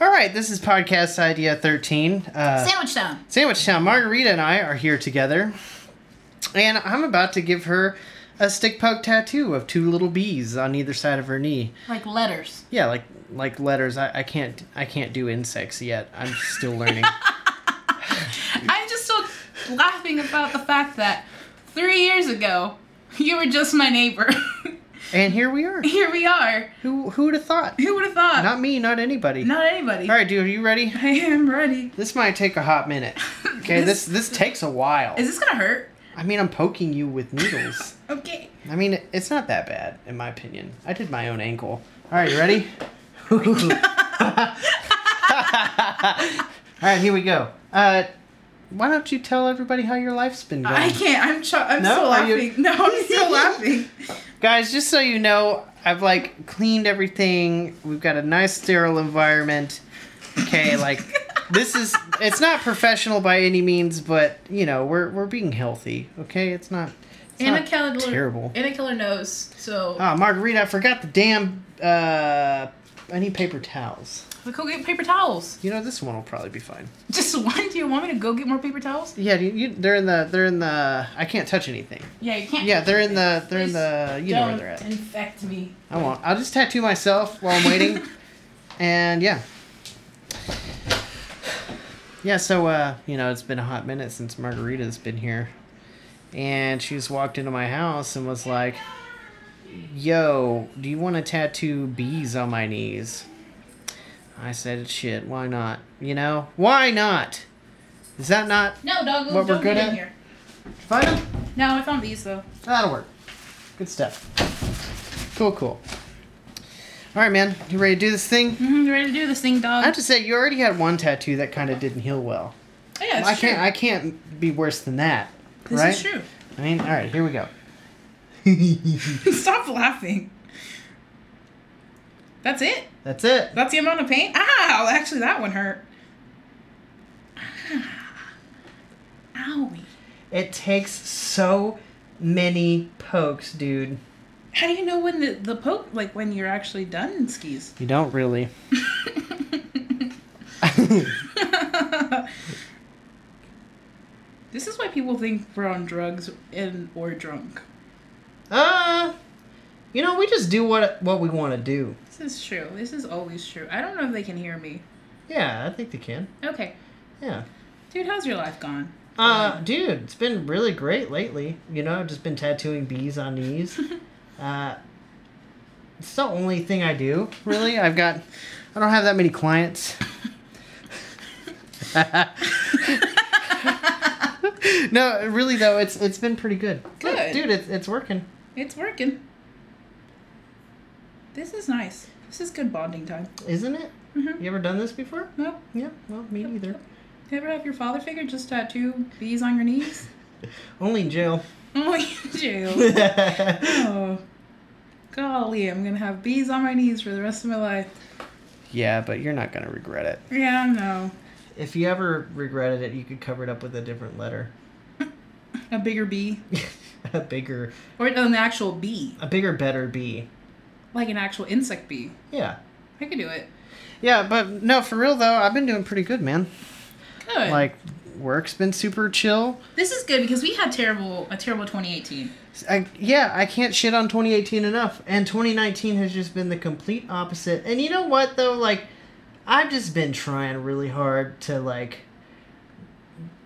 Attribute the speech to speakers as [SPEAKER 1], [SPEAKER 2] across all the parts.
[SPEAKER 1] All right, this is podcast idea 13. Uh,
[SPEAKER 2] Sandwich Town.
[SPEAKER 1] Sandwich Town, Margarita and I are here together. And I'm about to give her a stick poke tattoo of two little bees on either side of her knee.
[SPEAKER 2] Like letters.
[SPEAKER 1] Yeah, like like letters. I, I can't I can't do insects yet. I'm still learning.
[SPEAKER 2] I'm just still laughing about the fact that three years ago, you were just my neighbor.
[SPEAKER 1] and here we are.
[SPEAKER 2] Here we are.
[SPEAKER 1] Who who would have thought?
[SPEAKER 2] Who would have thought?
[SPEAKER 1] Not me, not anybody.
[SPEAKER 2] Not anybody.
[SPEAKER 1] All right, dude, are you ready?
[SPEAKER 2] I am ready.
[SPEAKER 1] This might take a hot minute. Okay, this this takes a while.
[SPEAKER 2] Is this gonna hurt?
[SPEAKER 1] I mean, I'm poking you with needles.
[SPEAKER 2] Okay.
[SPEAKER 1] I mean, it's not that bad, in my opinion. I did my own ankle. All right, you ready? All right, here we go. Uh, why don't you tell everybody how your life's been going?
[SPEAKER 2] I can't. I'm ch- I'm
[SPEAKER 1] No,
[SPEAKER 2] still
[SPEAKER 1] are you-
[SPEAKER 2] laughing. No, I'm still laughing.
[SPEAKER 1] Guys, just so you know, I've like cleaned everything. We've got a nice sterile environment. Okay, like this is it's not professional by any means, but you know, we're we're being healthy, okay? It's not it's
[SPEAKER 2] Anna
[SPEAKER 1] not
[SPEAKER 2] Keller.
[SPEAKER 1] terrible.
[SPEAKER 2] Anna Keller knows. So
[SPEAKER 1] Ah, Margarita, I forgot the damn uh I need paper towels.
[SPEAKER 2] we go get paper towels.
[SPEAKER 1] You know this one will probably be fine.
[SPEAKER 2] Just one. Do you want me to go get more paper towels?
[SPEAKER 1] Yeah, you, you, they're in the they're in the I can't touch anything.
[SPEAKER 2] Yeah, you can't.
[SPEAKER 1] Yeah, they're in the they're in
[SPEAKER 2] Please
[SPEAKER 1] the you know
[SPEAKER 2] Don't
[SPEAKER 1] where they're at.
[SPEAKER 2] infect me.
[SPEAKER 1] I won't. I'll just tattoo myself while I'm waiting, and yeah, yeah. So uh, you know, it's been a hot minute since Margarita's been here, and she's walked into my house and was like, "Yo, do you want to tattoo bees on my knees?" I said, "Shit, why not? You know, why not? Is that not
[SPEAKER 2] No, dog.
[SPEAKER 1] What we're
[SPEAKER 2] don't
[SPEAKER 1] good
[SPEAKER 2] get in
[SPEAKER 1] at?
[SPEAKER 2] here.
[SPEAKER 1] fun?"
[SPEAKER 2] No, I found these though.
[SPEAKER 1] That'll work. Good stuff. Cool, cool. All right, man. You ready to do this thing?
[SPEAKER 2] Mm-hmm, you ready to do this thing,
[SPEAKER 1] I
[SPEAKER 2] dog?
[SPEAKER 1] have to say, you already had one tattoo that kind of didn't heal well.
[SPEAKER 2] Oh, yeah, it's
[SPEAKER 1] I
[SPEAKER 2] true.
[SPEAKER 1] can't. I can't be worse than that,
[SPEAKER 2] this
[SPEAKER 1] right?
[SPEAKER 2] is true.
[SPEAKER 1] I mean, all right. Here we go.
[SPEAKER 2] Stop laughing. That's it.
[SPEAKER 1] That's it.
[SPEAKER 2] That's the amount of pain. Ow! Actually, that one hurt. Ah. Owie.
[SPEAKER 1] It takes so many pokes, dude.
[SPEAKER 2] How do you know when the the poke like when you're actually done in skis?
[SPEAKER 1] You don't really.
[SPEAKER 2] this is why people think we're on drugs and or drunk.
[SPEAKER 1] Uh, you know, we just do what what we want to do.
[SPEAKER 2] This is true. This is always true. I don't know if they can hear me.
[SPEAKER 1] Yeah, I think they can.
[SPEAKER 2] Okay,
[SPEAKER 1] Yeah.
[SPEAKER 2] dude, how's your life gone?
[SPEAKER 1] Uh, dude, it's been really great lately. You know, I've just been tattooing bees on knees. uh, it's the only thing I do, really. I've got, I don't have that many clients. no, really though, it's it's been pretty good. Look,
[SPEAKER 2] Good.
[SPEAKER 1] dude. It's it's working.
[SPEAKER 2] It's working. This is nice. This is good bonding time.
[SPEAKER 1] Isn't it?
[SPEAKER 2] Mhm.
[SPEAKER 1] You ever done this before?
[SPEAKER 2] Nope.
[SPEAKER 1] Yeah, well, me neither.
[SPEAKER 2] You ever have your father figure just tattoo bees on your knees?
[SPEAKER 1] Only in jail.
[SPEAKER 2] Oh, you do. Oh, golly, I'm gonna have bees on my knees for the rest of my life.
[SPEAKER 1] yeah, but you're not gonna regret it.
[SPEAKER 2] Yeah, no,
[SPEAKER 1] If you ever regretted it, you could cover it up with a different letter.
[SPEAKER 2] a bigger bee
[SPEAKER 1] a bigger
[SPEAKER 2] or an actual bee,
[SPEAKER 1] a bigger better bee
[SPEAKER 2] like an actual insect bee.
[SPEAKER 1] yeah
[SPEAKER 2] I could do it.
[SPEAKER 1] yeah but no for real though i've been doing pretty good man
[SPEAKER 2] Good.
[SPEAKER 1] like work's been super chill
[SPEAKER 2] this is good because we had terrible a terrible 2018.
[SPEAKER 1] I, yeah i can't shit on 2018 enough and 2019 has just been the complete opposite and you know what though like i've just been trying really hard to like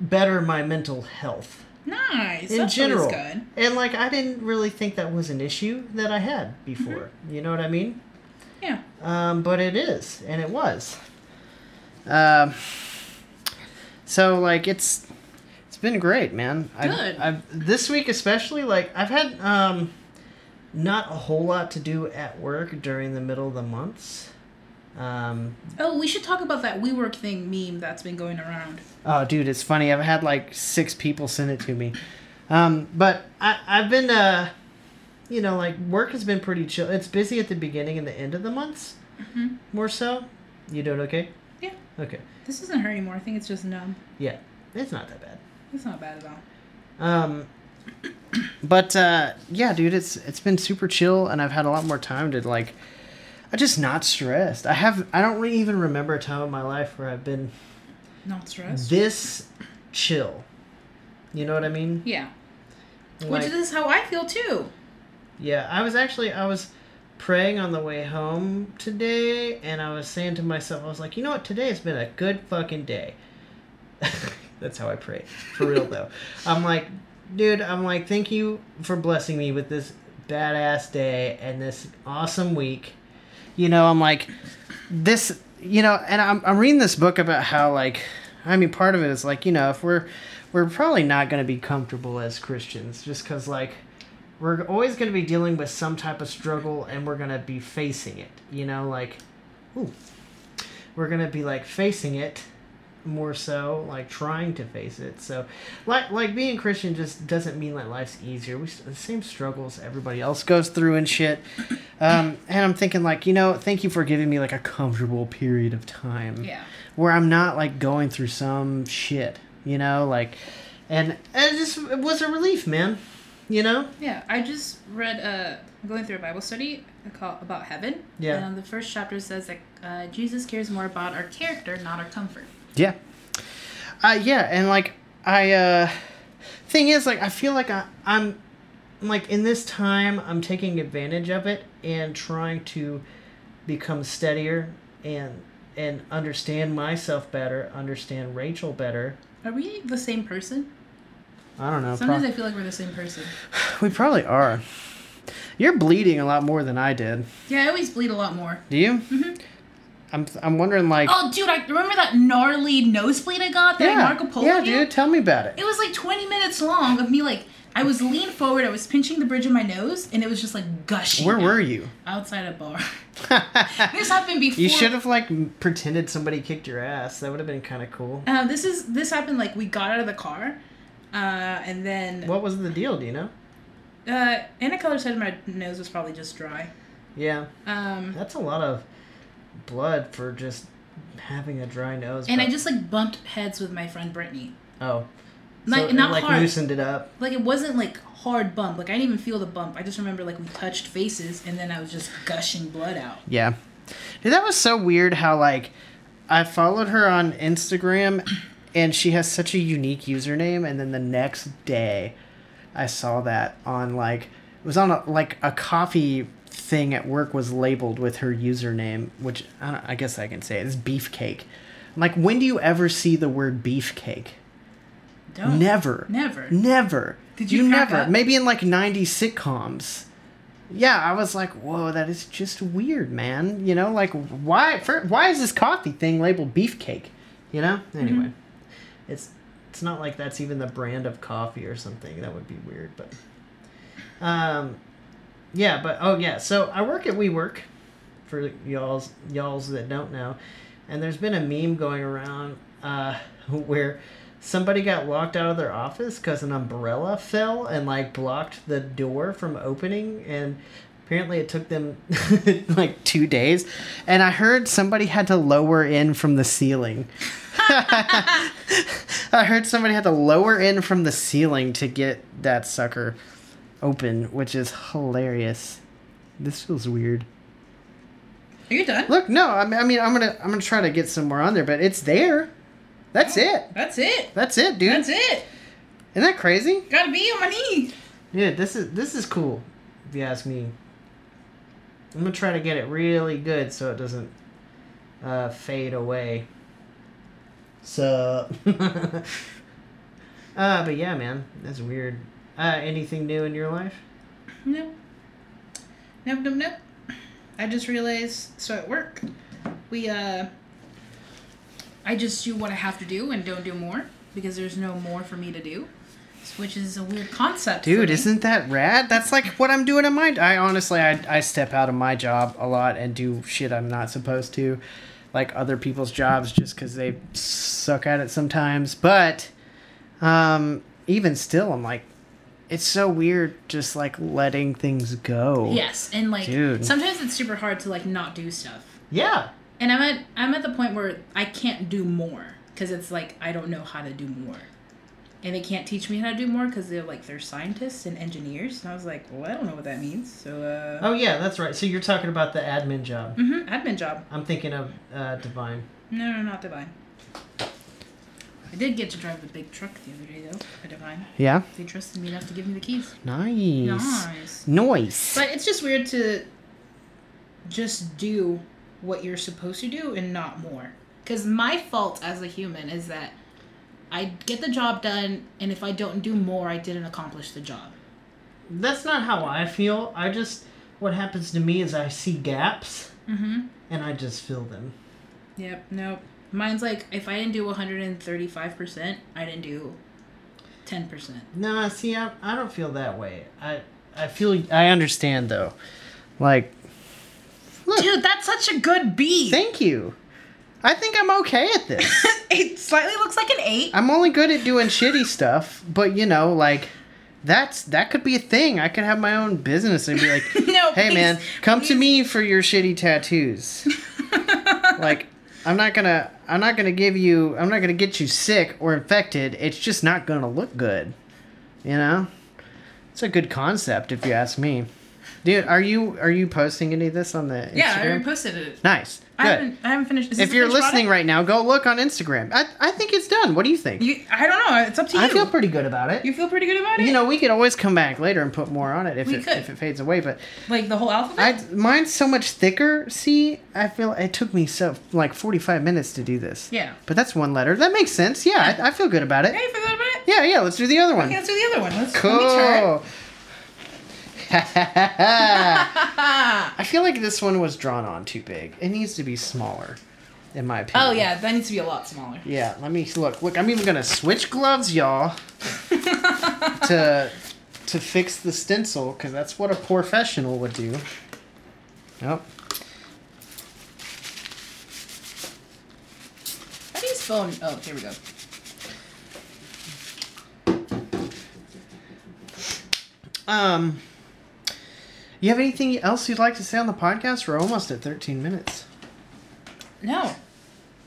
[SPEAKER 1] better my mental health
[SPEAKER 2] Nice.
[SPEAKER 1] in
[SPEAKER 2] That's
[SPEAKER 1] general
[SPEAKER 2] always good.
[SPEAKER 1] and like i didn't really think that was an issue that i had before you know what i mean
[SPEAKER 2] Yeah.
[SPEAKER 1] Um, but it is, and it was. Um, so like it's it's been great, man.
[SPEAKER 2] Good.
[SPEAKER 1] I've, I've this week especially like I've had um not a whole lot to do at work during the middle of the months. Um,
[SPEAKER 2] Oh, we should talk about that WeWork thing meme that's been going around.
[SPEAKER 1] Oh, dude, it's funny. I've had like six people send it to me. Um, but I, I've been, uh, you know, like work has been pretty chill. It's busy at the beginning and the end of the months, more so. You doing okay?
[SPEAKER 2] Mm-hmm. Yeah.
[SPEAKER 1] Okay.
[SPEAKER 2] This doesn't hurt anymore. I think it's just numb.
[SPEAKER 1] Yeah, it's not that bad.
[SPEAKER 2] It's not bad at all.
[SPEAKER 1] Um, but uh, yeah, dude, it's it's been super chill, and I've had a lot more time to like. I'm just not stressed. I have I don't re- even remember a time in my life where I've been
[SPEAKER 2] Not stressed.
[SPEAKER 1] this chill. You know what I mean?
[SPEAKER 2] Yeah.
[SPEAKER 1] Like-
[SPEAKER 2] Which is how I feel too.
[SPEAKER 1] Yeah, I was actually I was praying on the way home today, and I was saying to myself, I was like, you know what, today has been a good fucking day. That's how I pray, for real though. I'm like, dude, I'm like, thank you for blessing me with this badass day and this awesome week. You know, I'm like, this, you know, and I'm I'm reading this book about how like, I mean, part of it is like, you know, if we're we're probably not going to be comfortable as Christians, just because like we're always going to be dealing with some type of struggle and we're going to be facing it you know like ooh, we're going to be like facing it more so like trying to face it so like like being christian just doesn't mean that life's easier we s- the same struggles everybody else goes through and shit um and i'm thinking like you know thank you for giving me like a comfortable period of time
[SPEAKER 2] Yeah.
[SPEAKER 1] where I'm not like going through some shit, you know, like, and, and it just it was a relief, man, you know.
[SPEAKER 2] Yeah, I just read uh I'm going through a Bible study call- about heaven.
[SPEAKER 1] Yeah.
[SPEAKER 2] And um, the first chapter says that uh, Jesus cares more about our character, not our comfort.
[SPEAKER 1] Yeah. Uh, yeah, and like I, uh, thing is, like I feel like I, I'm, like in this time, I'm taking advantage of it and trying to become steadier and and understand myself better, understand Rachel better.
[SPEAKER 2] Are we the same person?
[SPEAKER 1] I don't know.
[SPEAKER 2] Sometimes
[SPEAKER 1] prob-
[SPEAKER 2] I feel like we're the same person.
[SPEAKER 1] we probably are. You're bleeding a lot more than I did.
[SPEAKER 2] Yeah, I always bleed a lot more.
[SPEAKER 1] Do you? I'm I'm wondering like
[SPEAKER 2] Mm-hmm. Oh, dude, I remember that gnarly nosebleed I got that I Marco Polo
[SPEAKER 1] yeah, dude, tell me about it.
[SPEAKER 2] It was like 20 minutes long of me like I was leaned forward, I was pinching the bridge of my nose, and it was just like gushing.
[SPEAKER 1] Where
[SPEAKER 2] out.
[SPEAKER 1] were you?
[SPEAKER 2] Outside a bar. this happened before.
[SPEAKER 1] you should have like m- pretended somebody kicked your ass. That would have been kind of cool.
[SPEAKER 2] Uh, this is this happened like we got out of the car, uh, and then
[SPEAKER 1] What was the deal? Do you know?
[SPEAKER 2] Uh, Anna Keller said my nose was probably just dry.
[SPEAKER 1] Yeah,
[SPEAKER 2] Um,
[SPEAKER 1] that's a lot of blood for just having a dry nose.
[SPEAKER 2] and I
[SPEAKER 1] but-
[SPEAKER 2] just like bumped heads with my friend Brittany.
[SPEAKER 1] oh,
[SPEAKER 2] Like
[SPEAKER 1] so it,
[SPEAKER 2] not
[SPEAKER 1] like
[SPEAKER 2] hard.
[SPEAKER 1] loosened it up.
[SPEAKER 2] Like it wasn't like hard bump. Like I didn't even feel the bump. I just remember like we touched faces, and then I was just gushing blood out.
[SPEAKER 1] Yeah. Dude, that was so weird how, like, I followed her on Instagram and she has such a unique username. And then the next day, I saw that on, like, it was on, a, like, a coffee thing at work was labeled with her username, which I, don't, I guess I can say it is beefcake. I'm like, when do you ever see the word beefcake?
[SPEAKER 2] Don't
[SPEAKER 1] Never.
[SPEAKER 2] never.
[SPEAKER 1] Never.
[SPEAKER 2] Did you crack
[SPEAKER 1] never?
[SPEAKER 2] up?
[SPEAKER 1] Maybe in like '90s sitcoms. Yeah, I was like, whoa, that is just weird, man. You know, like why? For, why is this coffee thing labeled beefcake? You know.
[SPEAKER 2] Mm-hmm.
[SPEAKER 1] Anyway, it's it's not like that's even the brand of coffee or something. That would be weird, but. Um, yeah, but oh yeah. So I work at WeWork, for y'all's y'all's that don't know, and there's been a meme going around uh, where somebody got locked out of their office because an umbrella fell and like blocked the door from opening, and apparently it took them like two days, and I heard somebody had to lower in from the ceiling. I heard somebody had to lower in from the ceiling to get that sucker open, which is hilarious. This feels weird.
[SPEAKER 2] Are you done?
[SPEAKER 1] Look, no, I mean, I mean, I'm gonna, I'm gonna try to get some more on there, but it's there. That's it.
[SPEAKER 2] That's it.
[SPEAKER 1] That's it, dude.
[SPEAKER 2] That's it.
[SPEAKER 1] Isn't that crazy?
[SPEAKER 2] Gotta be on my knee.
[SPEAKER 1] Yeah, this is this is cool. If you ask me, I'm gonna try to get it really good so it doesn't uh, fade away. So, uh, but yeah, man, that's weird. Uh, anything new in your life?
[SPEAKER 2] Nope. Nope, nope, nope. I just realized so at work, we uh I just do what I have to do and don't do more because there's no more for me to do. Which is a weird concept. for
[SPEAKER 1] Dude,
[SPEAKER 2] me.
[SPEAKER 1] isn't that rad? That's like what I'm doing in my. I honestly, I, I step out of my job a lot and do shit I'm not supposed to, like other people's jobs, just because they suck at it sometimes. But, um, even still, I'm like, it's so weird, just like letting things go.
[SPEAKER 2] Yes, and like
[SPEAKER 1] Dude.
[SPEAKER 2] sometimes it's super hard to like not do stuff.
[SPEAKER 1] Yeah.
[SPEAKER 2] And I'm at I'm at the point where I can't do more because it's like I don't know how to do more. and they can't teach me how to do more because they're like they're scientists and engineers. And I was like, well, I don't know what that means. So uh,
[SPEAKER 1] Oh yeah, that's right. So you're talking about the admin job.
[SPEAKER 2] mhm, admin job.
[SPEAKER 1] I'm thinking of uh, Divine.
[SPEAKER 2] No, no, not divine. I did get to drive the big truck the other day though. A divine.
[SPEAKER 1] Yeah.
[SPEAKER 2] They trusted me enough to give me the keys.
[SPEAKER 1] Nice.
[SPEAKER 2] Nice.
[SPEAKER 1] Nice.
[SPEAKER 2] But it's just weird to just do what you're supposed to do and not more. Because my fault as a human is that I get the job done, and if I don't do more, I didn't accomplish the job.
[SPEAKER 1] That's not how I feel. I just what happens to me is I see gaps
[SPEAKER 2] Mm-hmm.
[SPEAKER 1] and I just fill them.
[SPEAKER 2] Yep. Nope. Mine's like if I didn't do 135%, I didn't do 10%.
[SPEAKER 1] No, see, I, I don't feel that way. I I feel I understand though. Like, look,
[SPEAKER 2] Dude, that's such a good B.
[SPEAKER 1] thank you. I think I'm okay at this.
[SPEAKER 2] it slightly looks like an 8.
[SPEAKER 1] I'm only good at doing shitty stuff, but you know, like that's that could be a thing. I could have my own business and be like,
[SPEAKER 2] No,
[SPEAKER 1] "Hey
[SPEAKER 2] please,
[SPEAKER 1] man, come to
[SPEAKER 2] please.
[SPEAKER 1] me for your shitty tattoos." like I'm not going to I'm not going to give you I'm not going to get you sick or infected. It's just not going to look good. You know? It's a good concept if you ask me. Dude, are you are you posting any of this on the Instagram?
[SPEAKER 2] Yeah, I already posted it.
[SPEAKER 1] nice. Good.
[SPEAKER 2] I haven't, I haven't finished. is this
[SPEAKER 1] if
[SPEAKER 2] a
[SPEAKER 1] you're
[SPEAKER 2] finished
[SPEAKER 1] listening
[SPEAKER 2] product?
[SPEAKER 1] right now, go look on Instagram. I, I think it's done. What do you think?
[SPEAKER 2] You, I don't know. It's up to you.
[SPEAKER 1] I feel pretty good about it.
[SPEAKER 2] you feel pretty good about it.
[SPEAKER 1] You know, we could always come back later and put more on it if
[SPEAKER 2] We
[SPEAKER 1] it
[SPEAKER 2] could.
[SPEAKER 1] if it fades away. But
[SPEAKER 2] like the whole alphabet.
[SPEAKER 1] I mine's so much thicker. See, I feel it took me so like forty five minutes to do this.
[SPEAKER 2] yeah.
[SPEAKER 1] But that's one letter. That makes sense. Yeah, I, I feel good about it.
[SPEAKER 2] Hey, you feel good about it?
[SPEAKER 1] Yeah, yeah. Let's do the other one.
[SPEAKER 2] Okay, let's do the other one. Let's Let me try.
[SPEAKER 1] cool. I
[SPEAKER 2] Ah.
[SPEAKER 1] feel like this one was drawn on too big. It needs to be smaller, in my opinion.
[SPEAKER 2] Oh yeah, that needs to be a lot smaller.
[SPEAKER 1] Yeah, let me look. Look, I'm even gonna switch gloves, y'all, to to fix the stencil because that's what a professional would do. Yep.
[SPEAKER 2] How do you spell? Oh, here we go.
[SPEAKER 1] Um. You have anything else you'd like to say on the podcast? We're almost at 13 minutes.
[SPEAKER 2] No,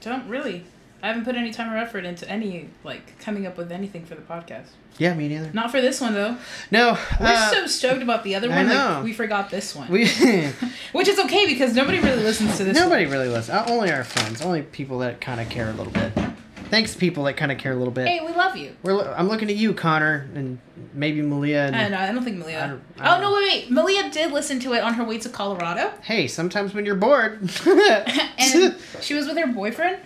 [SPEAKER 2] don't really. I haven't put any time or effort into any like coming up with anything for the podcast.
[SPEAKER 1] Yeah, me neither.
[SPEAKER 2] Not for this one though.
[SPEAKER 1] No.
[SPEAKER 2] We're
[SPEAKER 1] uh,
[SPEAKER 2] so stoked about the other
[SPEAKER 1] I
[SPEAKER 2] one.
[SPEAKER 1] know.
[SPEAKER 2] Like, we forgot this one,
[SPEAKER 1] we
[SPEAKER 2] which is okay because nobody really listens to this.
[SPEAKER 1] nobody really listens. Uh, Only our friends. Only people that kind of care a little bit. Thanks, people that kind of care a little bit.
[SPEAKER 2] One. Hey, we love you.
[SPEAKER 1] We're, lo- I'm looking at you, Connor, and maybe Malia. And
[SPEAKER 2] I don't know. uh, I don't think Malia.
[SPEAKER 1] I don't- I
[SPEAKER 2] oh
[SPEAKER 1] don't
[SPEAKER 2] no! Wait, wait. Malia did listen to it on her way to Colorado,
[SPEAKER 1] hey, sometimes when you're bored.
[SPEAKER 2] and she was with her boyfriend,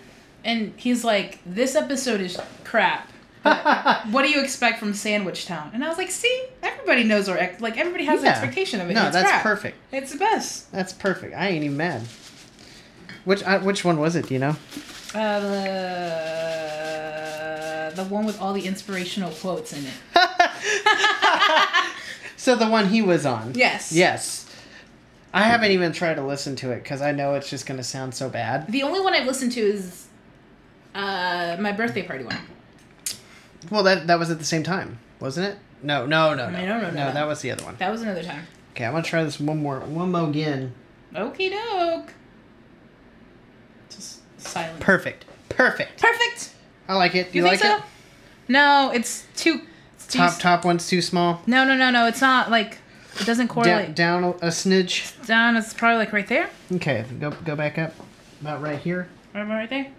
[SPEAKER 2] and he's like, "This episode is crap. What do you expect from Sandwich Town?" And I was like, "See, everybody knows our ex- like everybody has
[SPEAKER 1] Yeah.
[SPEAKER 2] an expectation of it.
[SPEAKER 1] No,
[SPEAKER 2] it's
[SPEAKER 1] that's
[SPEAKER 2] crap.
[SPEAKER 1] perfect.
[SPEAKER 2] It's the best.
[SPEAKER 1] That's perfect. I ain't even mad. Which I, which one was it? do You know?
[SPEAKER 2] Uh, the the one with all the inspirational quotes in it.
[SPEAKER 1] So the one he was on.
[SPEAKER 2] Yes.
[SPEAKER 1] Yes. I haven't even tried to listen to it because I know it's just gonna sound so bad.
[SPEAKER 2] The only one I've listened to is uh my birthday party one.
[SPEAKER 1] Well, that that was at the same time, wasn't it? No, no, no, no,
[SPEAKER 2] No, no, no, no.
[SPEAKER 1] that was the other one.
[SPEAKER 2] That was another time.
[SPEAKER 1] Okay, I'm gonna try this one more, one more again.
[SPEAKER 2] Okie doke. Just silent.
[SPEAKER 1] Perfect, perfect.
[SPEAKER 2] Perfect.
[SPEAKER 1] I like it. Do
[SPEAKER 2] You,
[SPEAKER 1] you,
[SPEAKER 2] think
[SPEAKER 1] like
[SPEAKER 2] so?
[SPEAKER 1] it?
[SPEAKER 2] No, it's too. It's too
[SPEAKER 1] Top top one's too small.
[SPEAKER 2] No, no, no, no. It's not like it doesn't
[SPEAKER 1] Down,
[SPEAKER 2] correlate.
[SPEAKER 1] down a, a snidge.
[SPEAKER 2] Down. It's probably like right there.
[SPEAKER 1] Okay, go go back up, about right here.
[SPEAKER 2] Right, right there.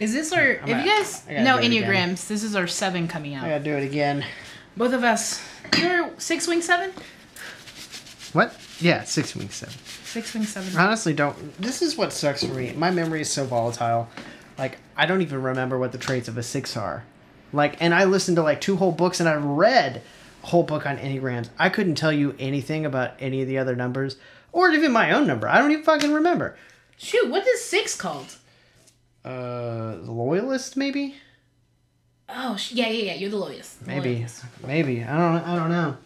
[SPEAKER 2] Is this our?
[SPEAKER 1] I'm
[SPEAKER 2] if you
[SPEAKER 1] at-
[SPEAKER 2] guys
[SPEAKER 1] I gotta
[SPEAKER 2] know
[SPEAKER 1] do it again.
[SPEAKER 2] enneagrams, this is our seven coming out.
[SPEAKER 1] I gotta do it again.
[SPEAKER 2] Both of us. You're six wing seven.
[SPEAKER 1] What? Yeah, six weeks seven.
[SPEAKER 2] Six wing seven.
[SPEAKER 1] honestly don't this is what sucks for me my memory is so volatile like i don't even remember what the traits of a six are like and i listened to like two whole books and i've read a whole book on enneagrams i couldn't tell you anything about any of the other numbers or even my own number i don't even fucking remember
[SPEAKER 2] Shoot, what is six called?
[SPEAKER 1] uh loyalist maybe
[SPEAKER 2] Oh, sh- yeah, yeah, yeah. You're the loyalist. The
[SPEAKER 1] maybe
[SPEAKER 2] loyalist.
[SPEAKER 1] maybe i don't i don't know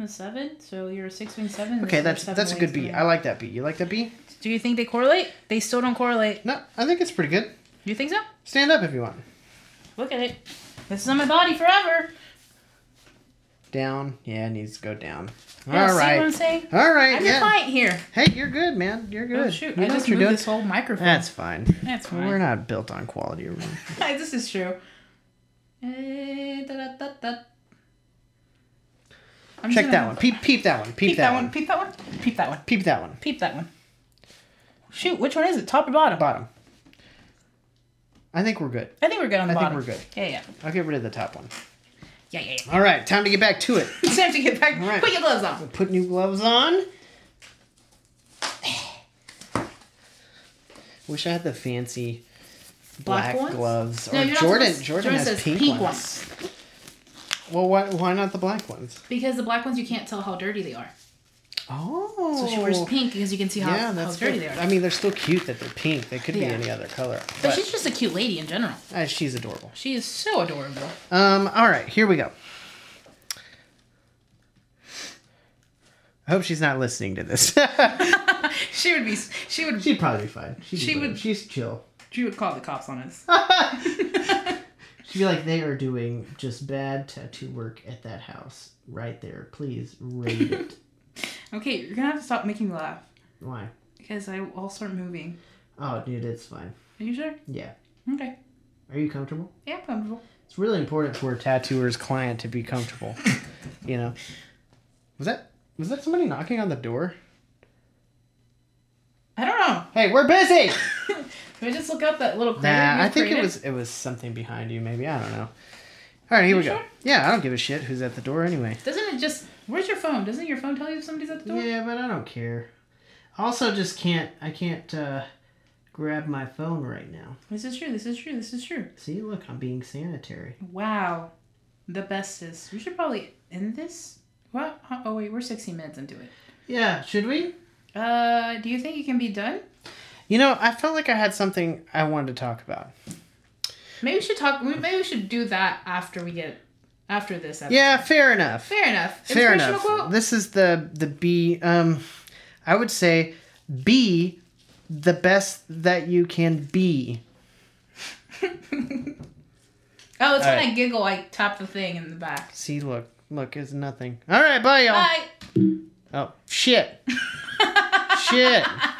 [SPEAKER 2] I'm a seven, so you're a six wing seven.
[SPEAKER 1] okay
[SPEAKER 2] this
[SPEAKER 1] that's
[SPEAKER 2] is seven
[SPEAKER 1] that's a
[SPEAKER 2] wing
[SPEAKER 1] good b
[SPEAKER 2] seven.
[SPEAKER 1] i like that b you like that b
[SPEAKER 2] Do you think they correlate? They still don't correlate.
[SPEAKER 1] no i think it's pretty good
[SPEAKER 2] You think so?
[SPEAKER 1] stand up if you want
[SPEAKER 2] Look at it. This is on my body forever.
[SPEAKER 1] Down. Yeah, it needs to go down.
[SPEAKER 2] Yeah,
[SPEAKER 1] All
[SPEAKER 2] see what I'm
[SPEAKER 1] right.
[SPEAKER 2] saying?
[SPEAKER 1] All right.
[SPEAKER 2] I'm
[SPEAKER 1] Yeah.
[SPEAKER 2] in fight here.
[SPEAKER 1] Hey, you're good, man. You're good.
[SPEAKER 2] Oh shoot!
[SPEAKER 1] You
[SPEAKER 2] I
[SPEAKER 1] know
[SPEAKER 2] just
[SPEAKER 1] what you're
[SPEAKER 2] moved
[SPEAKER 1] doing.
[SPEAKER 2] this whole microphone.
[SPEAKER 1] That's fine.
[SPEAKER 2] That's fine.
[SPEAKER 1] We're not built on quality. We're-
[SPEAKER 2] this is true. Eh, da, da, da, da. I'm just
[SPEAKER 1] Check
[SPEAKER 2] gonna-
[SPEAKER 1] that one. Peep, peep that one. Peep,
[SPEAKER 2] Peep that one. Peep that one. Peep that one.
[SPEAKER 1] Peep that one.
[SPEAKER 2] Peep that one. Shoot, which one is it? Top or bottom?
[SPEAKER 1] Bottom. I think we're good.
[SPEAKER 2] I think we're good on the
[SPEAKER 1] I think
[SPEAKER 2] bottom.
[SPEAKER 1] we're good.
[SPEAKER 2] Yeah,
[SPEAKER 1] I'll get rid of the top one.
[SPEAKER 2] yeah, yeah, yeah. yeah.
[SPEAKER 1] All right, time to get back to it.
[SPEAKER 2] You just have to get back.
[SPEAKER 1] All right.
[SPEAKER 2] Put your gloves on.
[SPEAKER 1] Put new gloves on. Wish I had the fancy black,
[SPEAKER 2] ones?
[SPEAKER 1] gloves. Or
[SPEAKER 2] No, you're not
[SPEAKER 1] Jordan,
[SPEAKER 2] supposed-
[SPEAKER 1] Jordan. has
[SPEAKER 2] says
[SPEAKER 1] pink, ones. Well, why, why not the black ones?
[SPEAKER 2] because the black ones you can't tell how dirty they are.
[SPEAKER 1] Oh.
[SPEAKER 2] So she wears pink because you can see how,
[SPEAKER 1] Yeah,
[SPEAKER 2] how
[SPEAKER 1] that's
[SPEAKER 2] dirty
[SPEAKER 1] good.
[SPEAKER 2] they are.
[SPEAKER 1] I mean, they're still cute that they're pink. They could
[SPEAKER 2] Yeah.
[SPEAKER 1] be any other color. But,
[SPEAKER 2] but she's just a cute lady in general.
[SPEAKER 1] uh, she's adorable.
[SPEAKER 2] She is so adorable.
[SPEAKER 1] Um, all right, here we go. I hope she's not listening to this.
[SPEAKER 2] She would be. She would.
[SPEAKER 1] She'd probably be fine. She'd
[SPEAKER 2] She
[SPEAKER 1] she
[SPEAKER 2] would-
[SPEAKER 1] would. She's chill.
[SPEAKER 2] She would call the cops on us.
[SPEAKER 1] She'd be like, they are doing just bad tattoo work at that house right there. Please rate it.
[SPEAKER 2] okay, you're gonna have to stop making me laugh
[SPEAKER 1] Why?
[SPEAKER 2] because I will start moving.
[SPEAKER 1] Oh, dude, it's fine.
[SPEAKER 2] Are you sure?
[SPEAKER 1] Yeah.
[SPEAKER 2] Okay.
[SPEAKER 1] Are you comfortable?
[SPEAKER 2] Yeah, I'm comfortable.
[SPEAKER 1] It's really important for a tattooer's client to be comfortable. you know. Was that was that somebody knocking on the door?
[SPEAKER 2] I don't know.
[SPEAKER 1] Hey, we're busy.
[SPEAKER 2] Did I just look up that little? crater
[SPEAKER 1] nah,
[SPEAKER 2] you
[SPEAKER 1] I think it
[SPEAKER 2] created?
[SPEAKER 1] was it was something behind you. Maybe I don't know. All right, here
[SPEAKER 2] You
[SPEAKER 1] we go.
[SPEAKER 2] sure?
[SPEAKER 1] Yeah, I don't give a shit who's at the door anyway.
[SPEAKER 2] Doesn't it just? Where's your phone? Doesn't your phone tell you if somebody's at the door?
[SPEAKER 1] Yeah, but I don't care. Also, just can't I can't uh, grab my phone right now.
[SPEAKER 2] This is true. This is true. This is true.
[SPEAKER 1] See, look, I'm being sanitary.
[SPEAKER 2] Wow, the bestest. We should probably end this. What? Huh? Oh wait, we're 16 minutes into it.
[SPEAKER 1] Yeah, should we?
[SPEAKER 2] Uh, do you think you can be done?
[SPEAKER 1] You know, I felt like I had something I wanted to talk about.
[SPEAKER 2] Maybe we should talk. we- Maybe we should do that after we get after this. Episode.
[SPEAKER 1] Yeah, fair enough.
[SPEAKER 2] Fair enough.
[SPEAKER 1] Fair
[SPEAKER 2] Inspirational
[SPEAKER 1] enough.
[SPEAKER 2] quote.
[SPEAKER 1] This is the the be um I would say be the best that you can be.
[SPEAKER 2] Oh, it's when
[SPEAKER 1] Alright.
[SPEAKER 2] I giggle, I tap the thing in the back.
[SPEAKER 1] See, look, look, it's nothing. All right, bye y'all.
[SPEAKER 2] Bye.
[SPEAKER 1] Oh shit. shit.